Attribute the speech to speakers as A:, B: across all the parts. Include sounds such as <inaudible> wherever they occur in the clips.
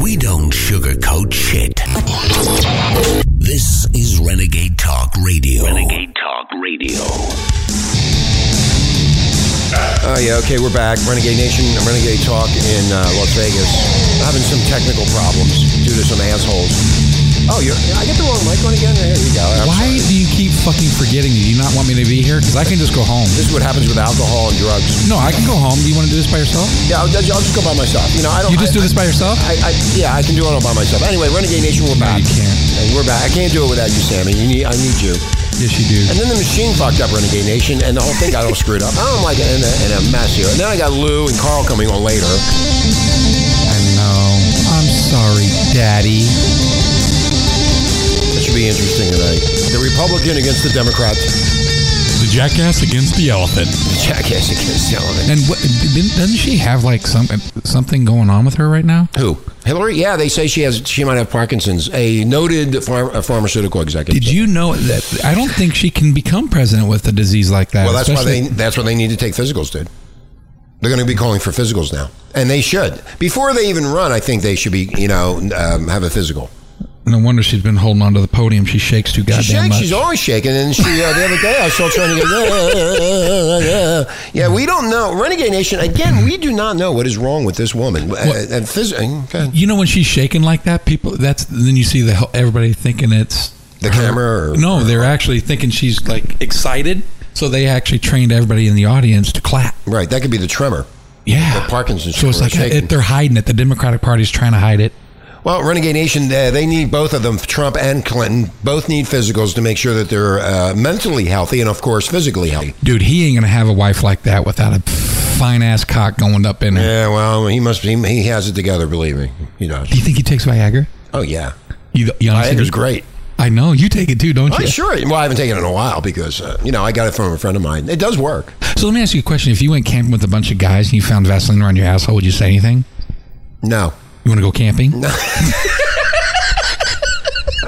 A: We don't sugarcoat shit. This is Renegade Talk Radio. Renegade Talk Radio.
B: Oh yeah, okay, we're back. Renegade Nation, Renegade Talk in uh, Las Vegas. Having some technical problems due to some assholes. Oh, you're, I get the wrong mic on again. There you go. I'm
C: Why
B: sorry.
C: do you keep fucking forgetting? Do you not want me to be here? Because I can just go home.
B: This is what happens with alcohol and drugs.
C: No, I can go home. Do you want to do this by yourself?
B: Yeah, I'll, I'll just go by myself. You know, I don't.
C: You just
B: I-
C: do this by yourself?
B: I, I, yeah, I can do it all by myself. Anyway, Renegade Nation, we're
C: No,
B: back.
C: you can't.
B: And we're back. I can't do it without you, Sammy. You need, I need you.
C: Yes, you do.
B: And then the machine fucked up Renegade Nation, and the whole thing got all screwed up. I'm like in a, in a mess here. And then I got Lou and Carl coming on later.
C: I know. I'm sorry, Daddy.
B: That should be interesting tonight. The Republican against the Democrat.
D: The jackass against the elephant.
B: The jackass against Sullivan.
C: And what, didn't, doesn't she have like some something going on with her right now?
B: Who? Hillary? Yeah, they say she has. She might have Parkinson's. A noted phar- a pharmaceutical executive.
C: Did you know that? I don't think she can become president with a disease like that.
B: Well, that's why
C: especially-
B: they that's why they need to take physicals, dude. They're going to be calling for physicals now, and they should. Before they even run, I think they should be, you know, um, have a physical.
C: No wonder she's been holding onto the podium. She shakes too
B: She
C: goddamn
B: shakes.
C: much.
B: She's always shaking. And she uh, the other day, I saw her trying to go. yeah, we don't know. Renegade Nation. Again, we do not know what is wrong with this woman. Uh, and phys- okay.
C: you know when she's shaking like that, people. That's then you see the hel- everybody thinking it's
B: The camera or-
C: no, they're actually thinking she's like excited. So they actually trained everybody in the audience to clap.
B: Right, that could be the tremor.
C: Yeah,
B: The Parkinson's
C: So it's
B: tumor
C: like
B: is shaking.
C: it, they're hiding it. The Democratic Party's trying to hide it.
B: Well, Renegade Nation, uh, they need both of them, Trump and Clinton. Both need physicals to make sure that they're uh, mentally healthy and, of course, physically healthy.
C: Dude, he ain't gonna have a wife like that without a fine ass cock going up in her.
B: Yeah, well, he must. He, he has it together. Believe me, he does.
C: Do you think he takes Viagra?
B: Oh yeah,
C: You, you honestly-
B: Viagra's great.
C: I know you take it too, don't
B: Oh
C: you?
B: sure. Well, I haven't taken it in a while because uh, you know I got it from a friend of mine. It does work.
C: So let me ask you a question: If you went camping with a bunch of guys and you found Vaseline around your asshole, would you say anything?
B: No,
C: You want to go camping?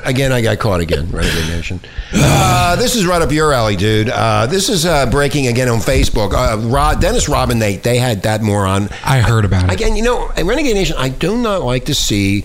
B: again, I got caught again. Renegade Nation. Uh, this is right up your alley, dude. Uh, this is uh, breaking again on Facebook. Uh, Rod, Dennis Robin, they they had that moron
C: I heard about it.
B: Again, you know, at Renegade Nation, I do not like to see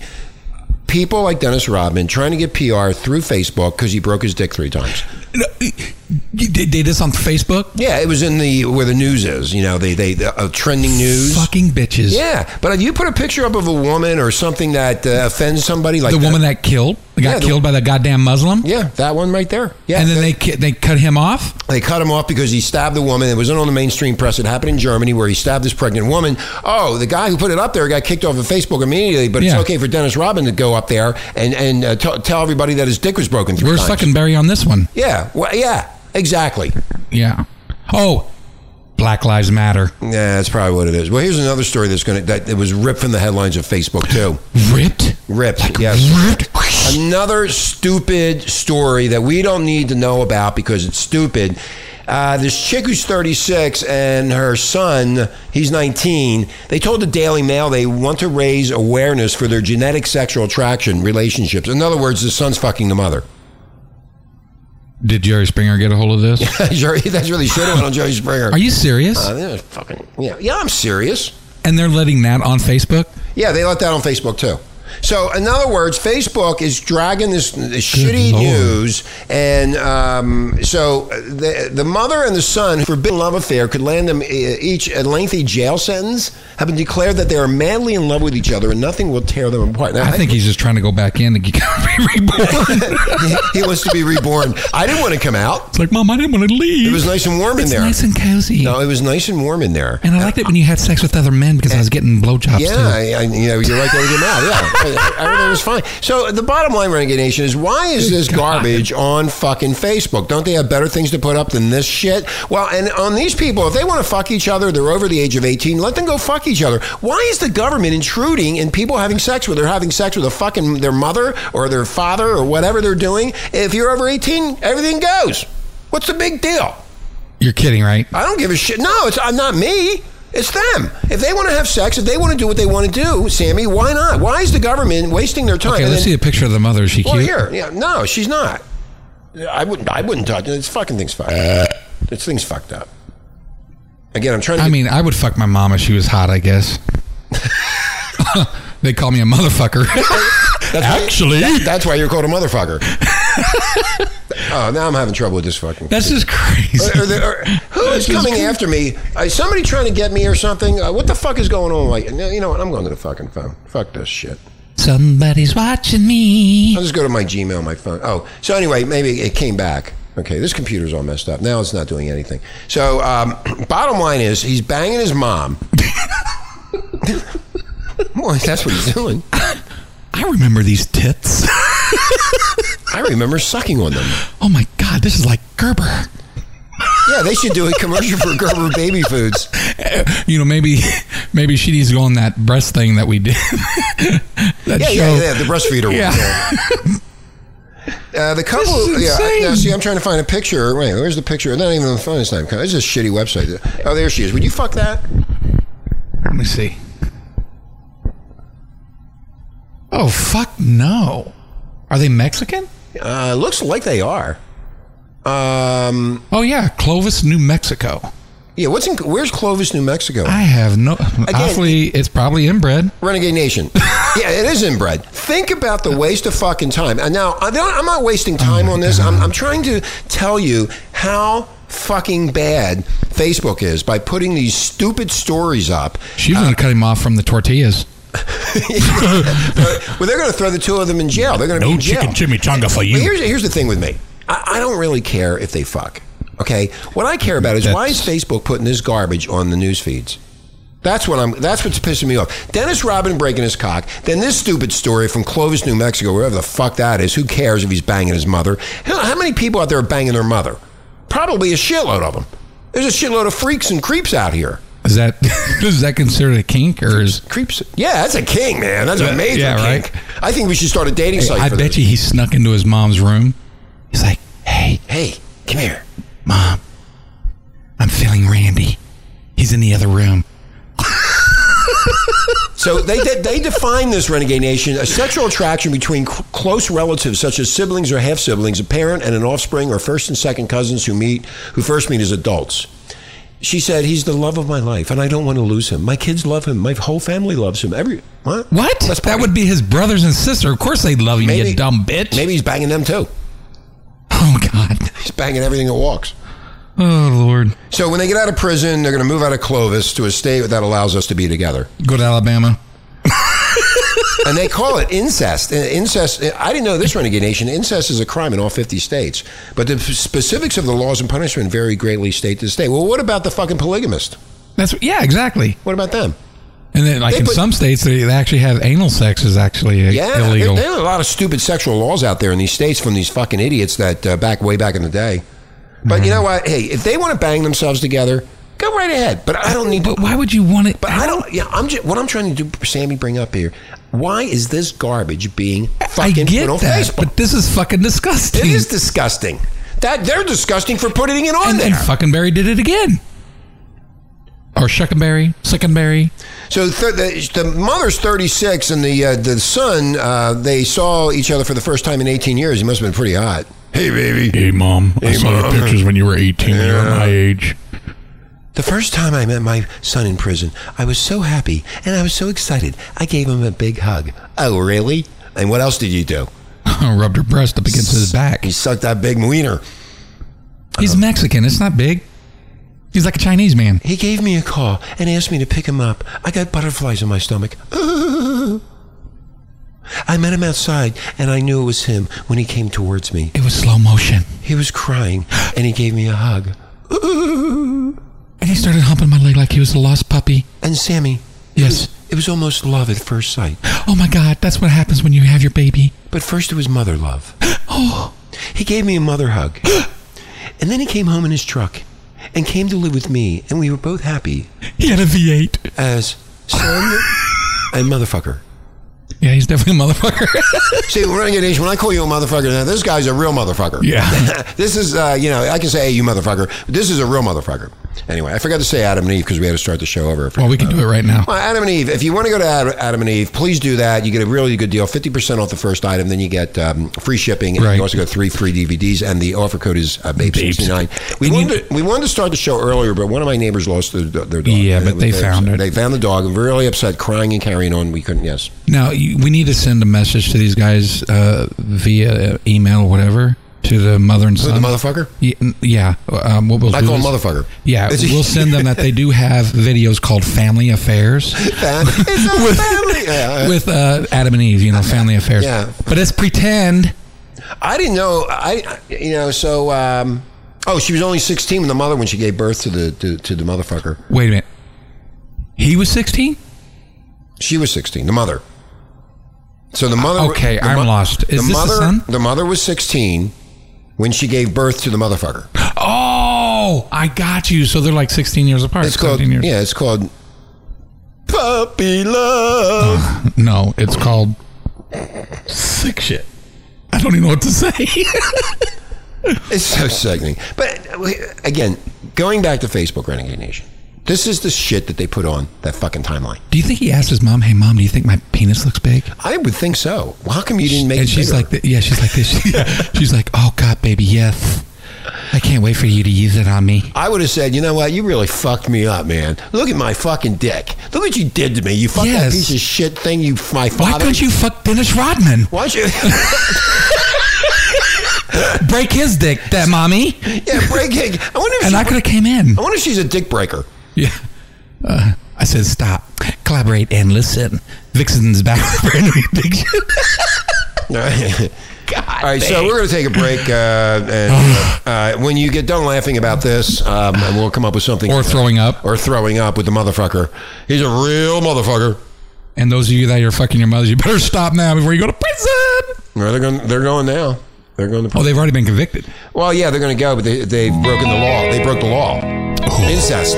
B: people like Dennis Rodman trying to get PR through Facebook because he broke his dick three times.
C: No, you did, did this on Facebook?
B: Yeah, it was in the where the news is. You know, they they the, uh, trending news.
C: Fucking bitches.
B: Yeah, but if you put a picture up of a woman or something that uh, offends somebody, like
C: the woman that killed got
B: Yeah, the-
C: killed by the goddamn Muslim,
B: Yeah, that one right there. Yeah,
C: and then they ki- they cut him off.
B: They cut him off because he stabbed a woman. It wasn't on the mainstream press. It happened in Germany where he stabbed this pregnant woman. Oh, the guy who put it up there got kicked off of Facebook immediately. But
C: Yeah.
B: it's okay for Dennis Robin to go up there and and uh, t- tell everybody that his dick was broken. Three
C: Where's
B: times.
C: fucking Barry on this one?
B: Yeah, well, yeah, exactly.
C: Yeah. Oh, Black Lives Matter
B: Yeah, that's probably what it is. Well, here's another story that's gonna that it was ripped from the headlines of Facebook too.
C: ripped.
B: Ripped.
C: Like
B: yes.
C: ripped.
B: Another stupid story that we don't need to know about because it's stupid. Uh, this chick who's 36 and her son, he's 19. They told the Daily Mail they want to raise awareness for their genetic sexual attraction relationships. In other words, the son's fucking the mother. <laughs>
C: Did Jerry Springer get a hold of this?
B: <laughs> Jerry, that's really shit on Jerry Springer.
C: Are you serious?
B: Uh, yeah, fucking, yeah, yeah, I'm serious.
C: and they're letting that on Facebook?
B: Yeah, they let that on Facebook too. So, in other words, Facebook is dragging this, this shitty
C: Lord.
B: news, and um, so the, the mother and the son, who forbidden love affair, could land them uh, each a lengthy jail sentence. Have been declared that they are madly in love with each other, and nothing will tear them apart. Now,
C: I think he's just trying to go back in and get <laughs> be reborn.
B: <laughs> he wants to be reborn. I didn't want to come out.
C: it's like, Mom, I didn't want to leave.
B: It was nice and warm in
C: It's
B: there.
C: nice and cozy.
B: no, it was nice and warm in there.
C: and I liked it when you had sex with other men because I was getting blowjobs
B: Yeah,
C: too.
B: I, I, you know, you're right there with your mouth. Yeah, everything was fine. So the bottom line, Renegade Nation, is why is this garbage on fucking Facebook? Don't they have better things to put up than this shit? Well, and on these people, if they want to fuck each other, they're over the age of 18. Let them go fuck each other. Why is the government intruding in people having sex with? They're having sex with a fucking their mother or their father or whatever they're doing. If you're over 18, everything goes. What's the big deal?
C: You're kidding, right?
B: I don't give a shit. No, it's I'm not me. It's them. If they want to have sex, if they want to do what they want to do, Sammy, why not? Why is the government wasting their time?
C: Okay,
B: And
C: let's see
B: then-
C: a picture of the mother. Is she
B: Well,
C: cute?
B: here, yeah, no, she's not. I wouldn't. I wouldn't touch it. This fucking thing's fucked. up. This thing's fucked up. Again, I'm trying to.
C: I
B: get-
C: mean, I would fuck my mom if she was hot, I guess. <laughs> They call me a motherfucker.
D: Actually,
B: <laughs> That's why you're called a motherfucker. <laughs> oh, now I'm having trouble with this fucking.
C: That's just crazy.
B: Are there- are- who is coming after me? Uh, is somebody trying to get me or something? Uh, what the fuck is going on? Like, no, you know what? I'm going to the fucking phone. Fuck this shit.
C: Somebody's watching me.
B: I'll just go to my Gmail, my phone. Oh, so anyway, maybe it came back. Okay, this computer's all messed up. Now it's not doing anything. So, um, <clears throat> bottom line is, he's banging his mom. <laughs> Boy, that's what he's doing.
C: I remember these tits.
B: I remember sucking on them.
C: Oh my god, this is like Gerber.
B: Yeah, they should do a commercial for Gerber Baby Foods.
C: You know, maybe <laughs> maybe she needs to go on that breast thing that we did. <laughs> that
B: Yeah, yeah, yeah, the breastfeeder
C: Yeah.
B: one.
C: <laughs>
B: Uh, the couple.
C: This is
B: yeah, I- now,
C: insane.
B: see, I'm trying to find a picture. Wait, where's the picture? Not even on the phone this time. It's just a shitty website. Oh, there she is. Would you fuck that?
C: Let me see. Oh fuck no. Are they Mexican?
B: Uh, looks like they are. Um,
C: Oh yeah, Clovis, New Mexico.
B: yeah. What's in? Where's Clovis, New Mexico?
C: I have no. Actually, it's probably inbred.
D: <laughs>
B: Renegade Nation. yeah, it is inbred. Think about the waste of fucking time. And now I don't, I'm not
D: Oh
B: wasting time on this. I'm, I'm trying to tell you how fucking bad Facebook is by putting these stupid stories up.
C: She
D: Uh,
C: was gonna cut him off from the tortillas.
B: Well, they're going to throw the two of them in jail. They're going to be
D: no
B: in jail.
D: chicken chimichanga for
B: But
D: you.
B: here's here's the thing with me. I, I don't really care if they fuck. Okay, what I care about is why is Facebook putting this garbage on the news feeds? That's what I'm. That's what's pissing me off. Dennis Robin breaking his cock. Then this stupid story from Clovis, New Mexico, wherever the fuck that is. Who cares if he's banging his mother? Hell, how many people out there are banging their mother? Probably a shitload of them. There's a shitload of freaks and creeps out here.
C: Is that <laughs> is that considered a kink or is?
B: Creeps. Yeah, that's a king, man. That's a
C: Yeah,
B: major
C: yeah,
B: king.
C: right.
B: I think we should start a dating site.
C: I
B: for
C: bet
B: this.
C: you he snuck into his mom's room. He's like, "Hey,
B: Hey, come here.
C: mom, I'm feeling Randy. He's in the other room."
B: So they they, they define this renegade nation a sexual attraction between c- close relatives such as siblings or half siblings, a parent and an offspring, or first and second cousins who meet who first meet as adults. She said, "He's the love of my life, and I don't want to lose him. My kids love him. My whole family loves him. Every what?
C: What?
B: Let's
C: that
B: party.
C: would be his brothers and sister. Of course, they love you,
B: Maybe-
C: you dumb bitch.
B: Maybe he's banging them too.
C: <laughs> Oh God.
B: He's banging everything that walks."
C: Oh Lord.
B: So when they get out of prison, they're going to move out of Clovis to a state that allows us to be together.
C: Go to Alabama.
B: and they call it incest. Uh, Incest. uh, I didn't know this renegade nation. Incest is a crime in all fifty states, but the f- specifics of the laws and punishment vary greatly state to state. Well, what about the fucking polygamist?
C: That's yeah, exactly.
B: What about them?
C: And then, like
B: They
C: in
B: put-
C: some states, they, they actually have anal sex is actually uh,
B: Yeah, there-
C: illegal.
B: there are a lot of stupid sexual laws out there in these states from these fucking idiots that uh, back way back in the day. But
C: Mm-hmm.
B: you know what? Hey, if they want to bang themselves together, go right ahead. But I don't need.
C: But why would you want it?
B: But I don't. Yeah, I'm. Just, what I'm trying to do, Sammy, bring up here. Why is this garbage being
C: I
B: fucking
C: get
B: put on
C: that,
B: Facebook?
C: but this is fucking disgusting.
B: It is disgusting. That they're disgusting for putting it on
C: and,
B: there.
C: and fucking Barry did it again. Or Shuckenberry, Sickenberry.
B: so th- the, the mother's thirty six, and the uh, the son uh, they saw each other for the first time in eighteen years. He must have been pretty hot. Hey, baby.
D: Hey, mom. I saw
B: Mom.
D: your pictures when you were 18. when You were my
C: <laughs>
D: age.
B: The first time I met my son in prison, I was so happy and I was so excited. I gave him a big hug. Oh, really? And what else did you do?
C: Rubbed her breast up against his back.
B: You sucked that big wiener.
C: He's Mexican. It's not big. He's like a Chinese man.
B: He gave me a call and asked me to pick him up. I got butterflies in my stomach. <laughs> I met him outside and I knew it was him when he came towards me.
C: It was slow motion.
B: He was crying and he gave me a hug.
C: And he started humping my leg like he was a lost puppy.
B: And Sammy,
C: Yes.
B: it was almost love at first sight,
C: Oh my God, that's what happens when you have your baby.
B: but first it was mother love. He gave me a mother hug. And then he came home in his truck and came to live with me and we were both happy
C: He had a V8.
B: as son and motherfucker.
C: Yeah, he's definitely a motherfucker. <laughs>
B: See, Renegade Nation, when I call you a motherfucker, now this <laughs> guy's a real motherfucker.
C: <laughs>
D: Yeah.
B: this is, uh, you know, I can say, hey, you motherfucker. This is a real motherfucker. Anyway, I forgot to say Adam and Eve because we had to start the show over.
C: Well, we can do it right now.
B: Well, Adam and Eve. If you want to go to Ad- Adam and Eve, please do that. You get a really good deal, fifty percent off the first item. Then you get um, free shipping, and
C: Right.
B: you also get three free DVDs. And the offer code is uh, Babe
D: Babes.
B: sixty nine. We wanted to, we wanted to start the show earlier, but one of my neighbors lost their, their dog.
C: Yeah,
B: And
C: but they found it.
B: They found the dog. Really upset, crying and carrying on. We couldn't. Yes,
C: Now you, we need to send a message to these guys uh, via email, whatever, to the mother and son.
B: the motherfucker.
C: Y- n- Yeah. Um, what we'll
B: I
C: do
B: call him
C: is- <laughs>
B: motherfucker.
C: Yeah, we'll send them that they do have videos called
B: <laughs>
C: Family Affairs
B: That- it's not
C: <laughs>
B: family. Yeah,
C: with uh, Adam and Eve. You know, Family Affairs.
B: Yeah.
C: But it's pretend.
B: I didn't know. I you know so. Um, oh, she was only sixteen when the mother when she gave birth to the to, to the motherfucker.
C: Wait a minute. He was sixteen.
B: She was 16, the mother. So the mother.
C: Okay,
B: the
C: I'm
B: mo-
C: lost. Is this the
B: mother,
C: son?
B: The mother was 16 when she gave birth to the motherfucker.
C: Oh, I got you. So they're like sixteen years apart.
B: It's called.
C: 17 years.
B: Yeah, it's called puppy love.
C: No, it's called sick shit. I don't even know what to say. <laughs>
B: It's so sickening. But uh, again, going back to Facebook Renegade Nation, this is the shit that they put on that fucking timeline.
C: do you think he asked his mom, "Hey, mom, do you think my penis looks big?"
B: I would think so. Well, how come you didn't make?
C: and
B: it
C: she's
B: bigger?
C: like, th- "Yeah, she's
B: <laughs>
C: like this." She's like, "Oh God, baby, yes, I can't wait for you to use it on me."
B: I would have said, you know what? You really fucked me up, man. Look at my fucking dick. Look what you did to me. You fucking
C: Yes.
B: piece of shit thing. You, my
C: Why
B: father.
C: couldn't you fuck Dennis Rodman?
B: Why don't you? <laughs>
C: Break his dick, that mommy,
B: yeah, break it. I wonder if
C: and
B: she,
C: I
B: I,
C: could have came in.
B: wonder if she's a dick
C: <laughs>
B: breaker.
C: Yeah. Uh, I said, stop, collaborate, and listen. Vixen's back <laughs> for a new addiction.
B: All right, All right, so we're going to take a break, uh, and
C: <sighs>
B: uh, when you get done laughing about this, um, and we'll come up with something <laughs>
C: Or throwing up.
B: or throwing up with the motherfucker. He's a real motherfucker.
C: And those of you that are fucking your mothers, you better stop now before you go to prison.
B: No, they're going. They're going now. They're going to.
C: Oh, they've already been convicted.
B: Well, yeah, they're going to go, but they, they've broken the law. They broke the law. Incest.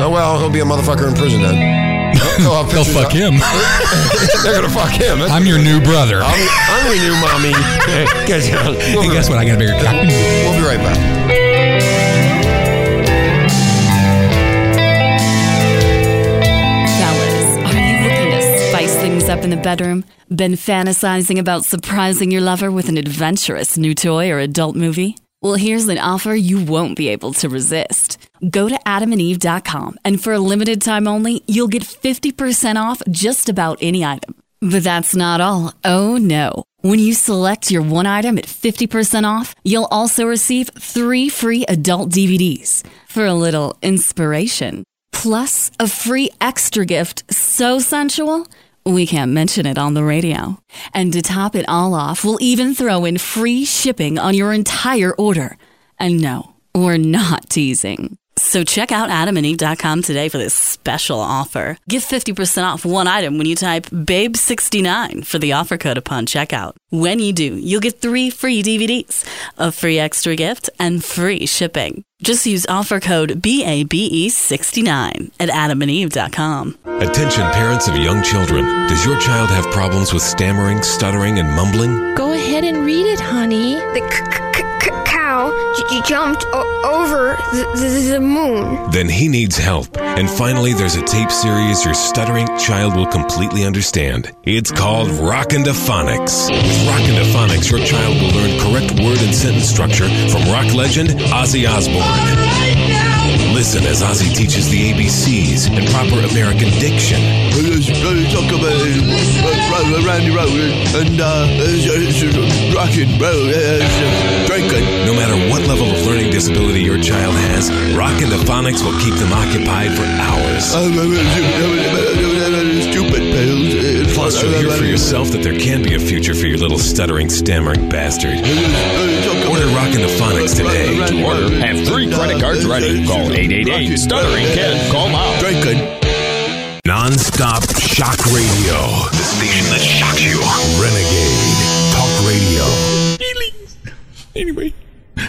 B: Oh well, he'll be a motherfucker in prison then.
C: <laughs>
B: They'll,
C: They'll fuck him.
B: <laughs> They're gonna fuck him. That's-
C: I'm your new brother.
B: I'm, I'm your new mommy. Guess- we'll,
C: Hey,
B: be
C: guess
B: right,
C: what? I got a bigger cock.
B: we'll be right back.
E: Fellas, are you looking to spice things up in the bedroom? Been fantasizing about surprising your lover with an adventurous new toy or adult movie? Well, here's an offer you won't be able to resist. Go to adamandeve.com, and for a limited time only, you'll get 50% off just about any item. But that's not all. Oh no. When you select your one item at 50% off, you'll also receive three free adult DVDs for a little inspiration. Plus, a free extra gift so sensual, we can't mention it on the radio. And to top it all off, we'll even throw in free shipping on your entire order. And no, we're not teasing. So check out adamandeve.com today for this special offer. Get 50% off one item when you type BABE69 for the offer code upon checkout. When you do, you'll get three free DVDs, a free extra gift, and free shipping. Just use offer code BABE69 E at adamandeve.com.
F: Attention, parents of young children. Does your child have problems with stammering, stuttering, and mumbling?
G: Go ahead and read it, honey.
H: The c- c- c- cow j- jumped o- over the, the, the moon.
F: Then he needs help. And finally, there's a tape series your stuttering child will completely understand. It's called Rockin' to Phonics. With Rockin' to Phonics, your child will learn correct word and sentence structure from rock legend Ozzy Osbourne. Listen as Ozzy teaches the ABCs and proper American diction.
I: talk about uh, Randy Rogan and uh, rocking, bro, drinking.
F: No matter what level of learning disability your child has, Rockin' to Phonics will keep them occupied for hours.
I: Stupid pills.
F: Plus, you'll hear for yourself that there can be a future for your little stuttering, stammering bastard. Order Rockin' the Phonics today.
I: To order, have three credit cards ready. Call 888 Stuttering Kid. Call out. Drinking.
F: Non-stop shock radio. The station that shocks you. Renegade Talk Radio.
C: feelings. Anyway,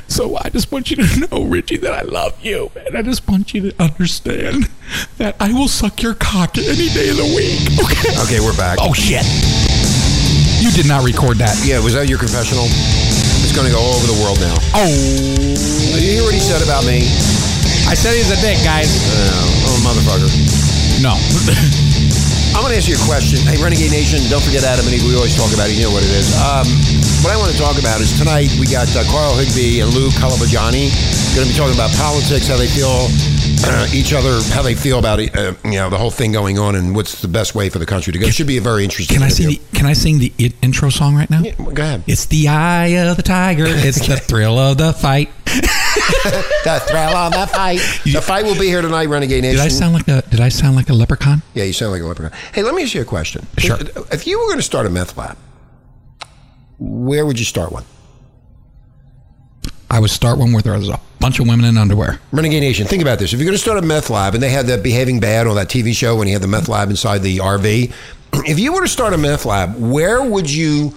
C: so I just want you to <laughs> know, Richie, that I love you, and I just want you to understand that I will suck your cock any day of the week. Okay.
B: Okay, we're back.
C: Oh shit! Oh, You did not record that.
B: Yeah, was that your confessional? It's going to go all over the world now.
J: Oh,
B: You hear what he said about me?
J: I said he's a dick, guys.
B: Uh, oh, motherfucker.
J: No.
B: I'm going to ask you a question. Hey, Renegade Nation, don't forget Adam and Eve. We always talk about it. You know what it is. Um, what I want to talk about is tonight we got uh, Carl Higby and Lou Calabajani going to be talking about politics, how they feel <clears throat> uh, each other, how they feel about it, uh, you know the whole thing going on, and what's the best way for the country to go. It should be a very interesting.
C: <laughs> Can I sing
B: interview.
C: the Can I sing the it intro song right now?
B: Yeah, go ahead.
C: It's the eye of
B: <laughs>
C: the tiger. It's the thrill of the fight.
B: the thrill of the
C: <laughs>
B: fight. The fight will be here tonight, Renegade Nation.
C: Did I sound like a Did I sound like a leprechaun?
B: Yeah, you sound like a leprechaun. Hey, let me ask you a question.
C: Sure.
B: If, if you were going to start a meth lab, where would you start one?
C: I would start one where there was a bunch of women in underwear.
B: Renegade Nation, think about this. If you're going to start a meth lab, and they had that Behaving Bad on that TV show when he had the meth lab inside the RV, <clears throat> if you were to start a meth lab, where would you,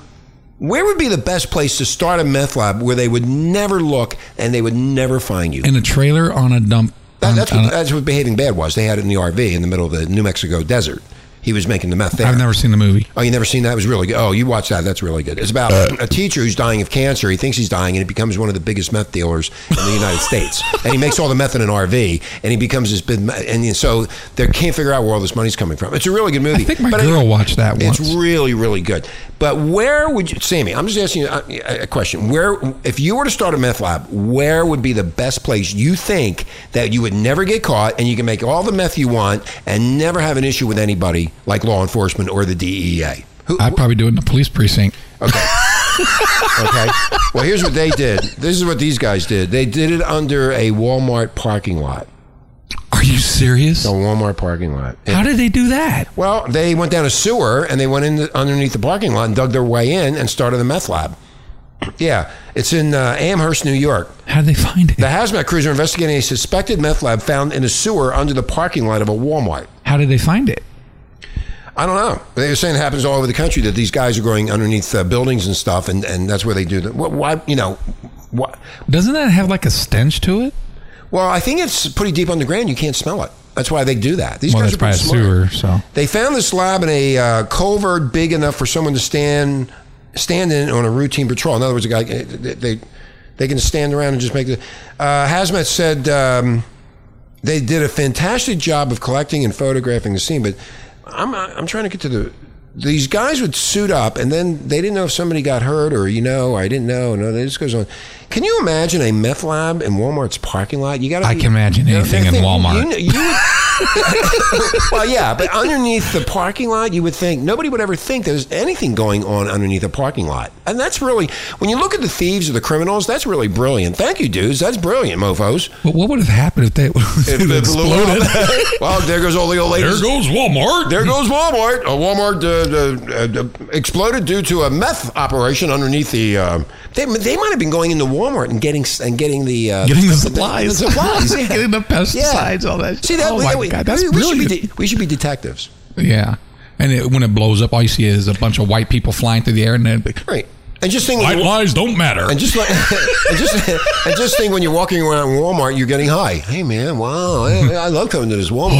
B: where would be the best place to start a meth lab where they would never look and they would never find you?
C: In a trailer on a dump.
B: That,
C: on-
B: that's,
C: on
B: what,
C: a-
B: that's what Behaving Bad was. They had it in the RV in the middle of the New Mexico desert. He was making the meth there.
C: I've never seen the movie.
B: Oh, you never seen that? It was really good. Oh, you watch that. That's really good. It's about
C: Uh,
B: a teacher who's dying of cancer. He thinks he's dying, and he becomes one of the biggest meth dealers in the United
C: <laughs>
B: States. And he makes all the meth in an RV, and he becomes this big. me- And so they can't figure out where all this money's coming from. It's a really good movie.
C: I think my girl watched that
B: It's
C: once.
B: really, really good. But where would you, Sammy? I'm just asking you a, a question. Where, if you were to start a meth lab, where would be the best place you think that you would never get caught, and you can make all the meth you want and never have an issue with anybody, like law enforcement or the DEA? Who,
C: I'd probably do it in a police precinct.
B: Okay. <laughs> okay. Well, here's what they did. This is what these guys did. They did it under a Walmart parking lot.
C: Are you serious?
B: A Walmart parking lot.
C: How did they do that?
B: Well, they went down a sewer and they went in underneath the parking lot and dug their way in and started the meth lab. Yeah, it's in uh, Amherst, New York.
C: How did they find
B: The
C: it?
B: hazmat crews are investigating a suspected meth lab found in a sewer under the parking lot of a Walmart.
C: How did they find it?
B: I don't know. They were saying it happens all over the country that these guys are going underneath uh, buildings and stuff, and, and that's where they do the. wh- Why, you know, why,
C: Doesn't that have like a stench to it?
B: Well, I think it's pretty deep underground. You can't smell it. That's why they do that. These
C: Well,
B: guys
C: that's
B: are pretty
C: probably a
B: smart.
C: sewer. So
B: They found this lab in a uh, culvert big enough for someone to stand stand in on a routine patrol. In other words, a guy they they can stand around and just make the. Uh, Hazmat said um, they did a fantastic job of collecting and photographing the scene, but I'm I'm trying to get to the. These guys would suit up, and then they didn't know if somebody got hurt or you know I didn't know. No, this goes on. Can you imagine a meth lab in Walmart's parking lot? You got.
C: I can imagine anything in Walmart.
B: You, you would- well, yeah, but underneath the parking lot, you would think nobody would ever think there's anything going on underneath a parking lot. And that's really, when you look at the thieves or the criminals, that's really brilliant. Thank you, dudes. That's brilliant, mofos.
C: But what would have happened if they <laughs>
B: It
C: if it
B: blew up. <laughs>
C: exploded? <laughs>
B: well, there goes all the old ladies.
C: goes Walmart.
B: There goes Walmart. A Walmart uh, uh, uh, exploded due to a meth operation underneath the. Uh, they, they might have been going into Walmart and getting and getting the uh,
C: <laughs> Getting the supplies.
B: The supplies. yeah.
C: <laughs> Getting the pesticides, all that.
B: See that?
C: Oh
B: we,
C: my
B: we-
C: God, that's
B: we, we should be
C: brilliant.
B: de- we should be detectives.
C: Yeah. And it, when it blows up, all you see is a bunch of white people flying through the air, and then
B: Right. And just think.
C: lies don't matter.
B: and just like, <laughs> and just and just think when you're walking around Walmart, you're getting high. Hey man, wow! I, I love coming to this Walmart.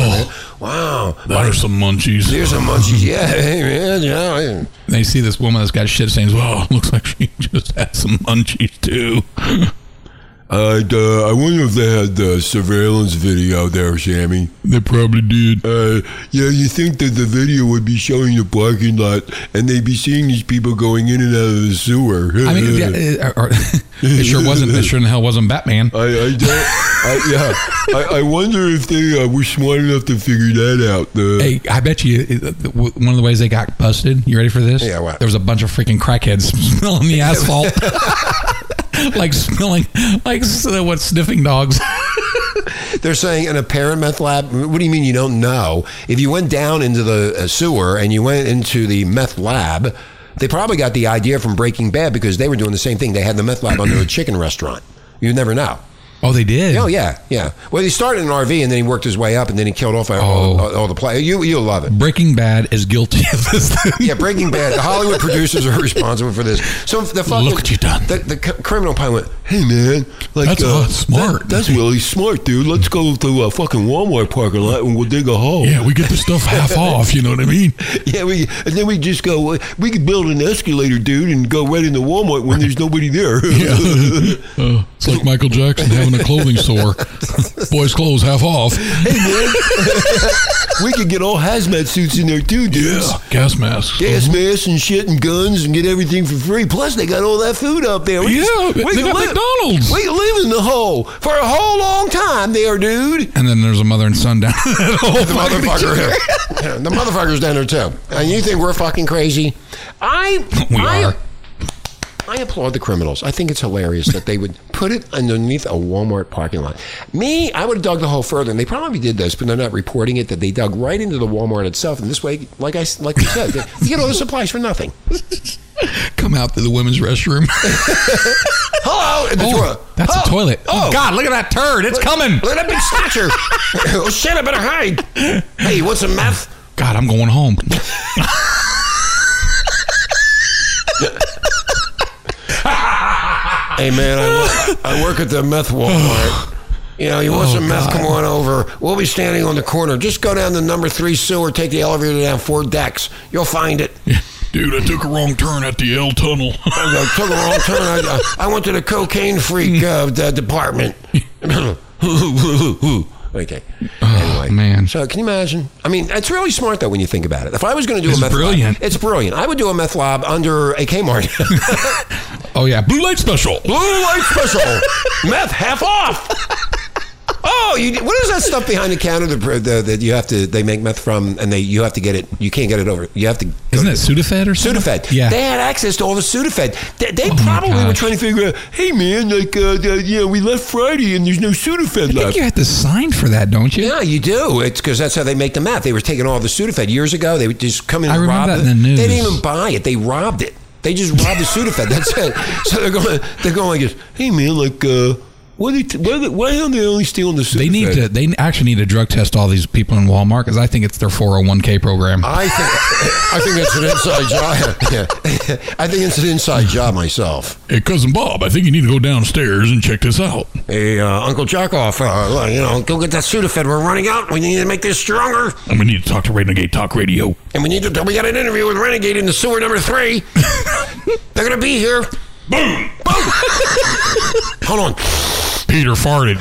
B: <sighs> man. Wow,
C: There's some munchies.
B: there's some munchies. Yeah, <laughs> hey man, yeah.
C: They see this woman that's got shit stains. Well, <laughs> looks like she just had some munchies too.
B: I uh, I wonder if they had the surveillance video there, Sammy.
C: They probably did.
B: Uh, yeah, you think that the video would be showing the parking lot and they'd be seeing these people going in and out of the sewer. <laughs>
C: I mean, yeah, or, <laughs> or- it sure wasn't. It sure in the hell wasn't Batman.
B: I, I don't. I,
C: <laughs>
B: yeah, I, I wonder if they uh, were smart enough to figure that out. Uh,
C: Hey, I bet you it- it- w- one of the ways they got busted. You ready for this?
B: Yeah, what?
C: There was a bunch of freaking crackheads <laughs> smelling the asphalt, <laughs> like smelling, like s- uh, what sniffing dogs. <laughs>
B: They're saying in a parameth lab. What do you mean you don't know? If you went down into the uh, sewer and you went into the meth lab, they probably got the idea from Breaking Bad because they were doing the same thing. They had the meth lab under a chicken restaurant. You never know.
C: Oh, they did.
B: Oh yeah, yeah. Well, he started in an RV and then he worked his way up and then he killed off all, all, all the players. You you'll love it.
C: Breaking Bad is guilty of this.
B: Yeah, Breaking Bad. The Hollywood producers are <laughs> responsible for this. So the fucking
C: Look what you done.
B: The, the c- criminal pie went. Hey man, like
C: That's
B: uh,
C: hot, smart.
B: that- that's really smart, dude. Let's go to a fucking Walmart parking lot and we'll dig a hole.
C: <laughs> yeah, we get the stuff half off. You know what I mean?
B: <laughs> Yeah, we and then we just go. uh, We could build an escalator, dude, and go right into Walmart when there's nobody there. <laughs>
C: Yeah. Uh, it's like Michael Jackson having a
B: <laughs>
C: clothing store. Boys' clothes half off.
B: Hey man, we could get all hazmat suits in there too, dudes.
C: Gas masks.
B: Gas masks and shit and guns and get everything for free. Plus, they got all that food up there. We
C: Yeah,
B: we
C: they
B: can
C: got McDonald's.
B: We can live in the hole for a whole long time there, dude.
C: And then there's a mother and
B: <laughs>
C: son down. <laughs>
B: the motherfucker here. <laughs> Yeah, the motherfucker's down there too. And you think we're fucking crazy? I
C: We
B: I,
C: are.
B: I applaud the criminals. I think it's hilarious that they would put it underneath a Walmart parking lot. Me, I would have dug the hole further, and they probably did this, but they're not reporting it. That they dug right into the Walmart itself, and this way, like I s- like you said, they- you get all the supplies for nothing.
C: Come out through the women's restroom.
B: Hello, at the toilet.
C: <laughs> that's a toilet. Oh, God, look at that turd. It's coming.
B: Look at that big <laughs> snatcher. oh shit! I better hide. Hey, you want some meth?
C: God, I'm
B: <laughs>
C: going home.
B: Hey man, I work, I work at the meth Walmart. You know, you want
C: Oh,
B: some meth? Come on over. We'll be standing on the corner. Just go down the number three sewer, take the elevator down four decks. You'll find it.
C: Dude, I took a wrong turn at the L tunnel. <laughs>
B: I took a wrong turn. I, I went to the cocaine freak uh, the
C: <laughs>
B: department. okay. Anyway,
C: Oh, man.
B: So can you imagine? I mean, it's really smart though when you think about it. If I was going to do
C: It's
B: a meth
C: brilliant.
B: lab, it's brilliant. I would do a meth lab under a Kmart. <laughs>
C: oh, yeah. Blue light special.
B: Blue light special. Meth half off. Oh, you, what is that stuff behind the counter that, that, that you have to they make meth from and they you have to get it you can't get it over you have to go
C: Isn't
B: to-
C: it Sudafed or something?
B: Sudafed?
C: Yeah. Oh
B: they had access to all the Sudafed. They, they
C: my
B: probably were
C: gosh.
B: trying to figure out. Hey man, like uh, the, yeah, we left Friday and there's no Sudafed
C: I think
B: left.
C: you have to sign for that, don't you?
B: Yeah, you do. It's because that's how they make the meth. They were taking all the Sudafed years ago. They would just come in
C: I
B: and
C: remember
B: rob
C: that
B: it.
C: in the
B: They
C: news.
B: didn't even buy it. They robbed it. They just robbed the Sudafed. That's it. <laughs> So they're going. They're going like this. Hey man, like, uh, what? Are you t- why, why are they only stealing the Sudafed?
C: They need to. They actually need to drug test all these people in Walmart because I think it's their 401k program.
B: I think. I think that's an inside job. <laughs> Yeah. I think it's an inside job myself.
C: Hey, cousin Bob, I think you need to go downstairs and check this out.
B: Hey, uh, Uncle Jockoff, uh, you know, go get that Sudafed. We're running out. We need to make this stronger,
C: And we need to talk to Renegade Talk Radio.
B: and we need to. We got an interview with Renegade in the sewer number
C: <laughs>
B: three. they're gonna be here.
C: Boom!
B: Hold on.
C: Peter farted.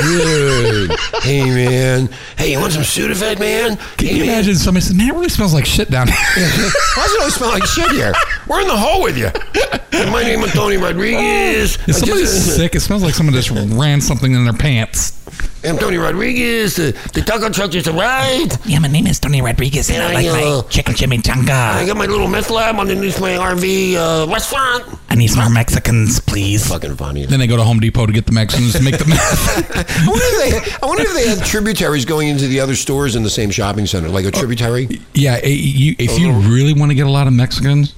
B: Dude. hey, man. Hey, you want some Sudafed, man?
C: Can
B: hey,
C: you
B: man.
C: imagine somebody said, "Man, it really smells like shit down here." <laughs>
B: Why does it always smell like shit here? We're in the hole with you. My name is Tony Rodriguez.
C: If
B: I
C: somebody's
B: just-
C: sick, it smells like someone just ran something in their pants.
B: I'm Tony Rodriguez. The, the taco truck just arrived.
K: Yeah, my name is Tony Rodriguez, and I like
B: Yeah.
K: my chicken
B: I
K: chimichanga.
B: got my little meth lab underneath my RV uh, restaurant.
K: I need some more Mexicans, please.
B: Fucking funny.
C: Then they go to Home Depot to get the Mexicans to make the meth. <laughs>
B: I wonder, if they, I wonder if they had tributaries going into the other stores in the same shopping center, like a
C: Oh.
B: tributary.
C: yeah, eh, you, if you really want to get a lot of Mexicans,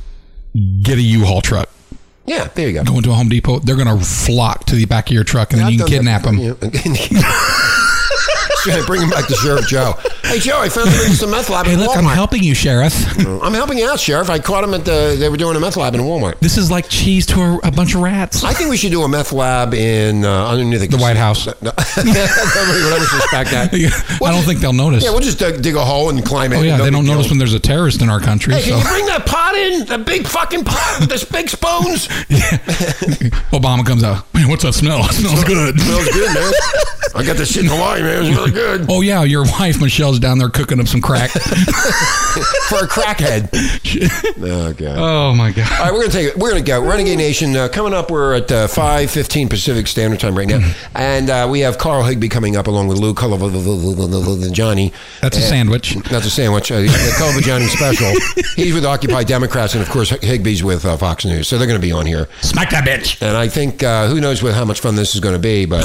C: get a U-Haul truck.
B: Yeah, there you go.
C: Go into a Home Depot. They're going to flock to the back of your truck, and then you can kidnap them.
B: <laughs> Yeah. Bring him back to Sheriff Joe. Hey Joe, I found him in some meth lab
C: Hey,
B: at
C: look,
B: Walmart.
C: I'm helping you, Sheriff. <laughs>
B: I'm helping you out, Sheriff. I caught him at the. They were doing a meth lab in Walmart.
C: This is like cheese to a, a bunch of rats.
B: I think we should do a meth lab in uh, underneath the, <laughs>
C: White House.
B: No, nobody would ever suspect
C: <laughs>
B: that.
C: I don't think they'll notice.
B: Yeah, we'll just dig, dig a hole and climb it.
C: oh, yeah,
B: No
C: they
B: big
C: don't
B: deal.
C: notice when there's a terrorist in our country.
B: Hey, can
C: so
B: you bring that pot in? The big fucking pot with the big
C: <laughs>
B: spoons.
C: Obama comes out. Man, what's that smell? <laughs> It smells good.
B: Smells good, man. I got this shit in Hawaii, man. It's really good
C: Oh yeah, your wife Michelle's down there cooking up some crack.
B: for a crackhead. oh god.
C: <laughs> oh my god.
B: All right, we're gonna take it. We're gonna go. Renegade Nation uh, coming up. We're at uh, five fifteen Pacific Standard Time right now, and uh, we have Carl Higby coming up along with Lou Culliver and Johnny.
C: That's a
B: And-
C: sandwich.
B: That's a sandwich. Uh, the Culliver Johnny special. He's with Occupy Democrats, and of course Higby's with uh, Fox News. So they're gonna be on here,
C: Smack that bitch.
B: and I think uh, who knows what, how much fun this is gonna be, but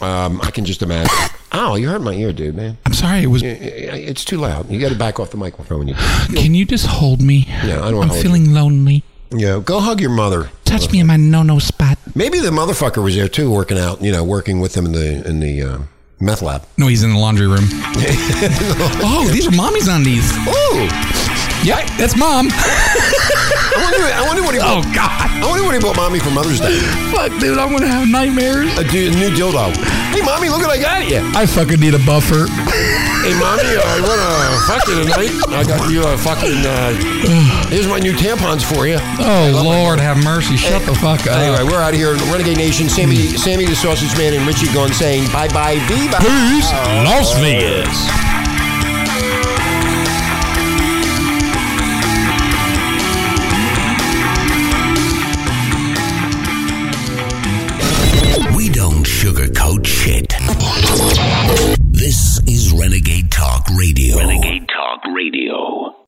B: um, I can just imagine. Ow, you hurt my ear, dude, man.
C: I'm sorry. It was.
B: I- I- It's too loud. You got to back off the microphone when you.
C: Can you just hold me?
B: Yeah, I don't wanna
C: I'm
B: hold
C: feeling lonely.
B: Yeah, go hug your mother.
K: Touch me in my no-no spot.
B: Maybe the motherfucker was there too, working out. You know, working with them in the in the uh, meth lab.
C: No, he's in the laundry <laughs> room. oh, these are mommy's undies.
B: Ooh,
C: Yeah, that's mom. <laughs>
B: I wonder. I wonder what he.
C: Oh
B: Bought,
C: God,
B: I wonder what he bought mommy for Mother's Day.
C: fuck, dude, I'm gonna have nightmares.
B: A du- new dildo. Hey, mommy, look what I got you.
C: I fucking need a buffer.
B: Hey, mommy, I want to fuck you tonight. I got you a fucking. Uh, here's my new tampons for you.
C: Oh Lord, have mercy. Shut the fuck up.
B: Anyway, we're out of here. Renegade Nation, Sammy, Sammy the Sausage Man, and Richie Gunn saying bye bye, Viva.
C: Peace, Las Vegas.
I: We don't sugarcoat shit. This is Renegade Talk Radio.
A: Renegade Talk Radio.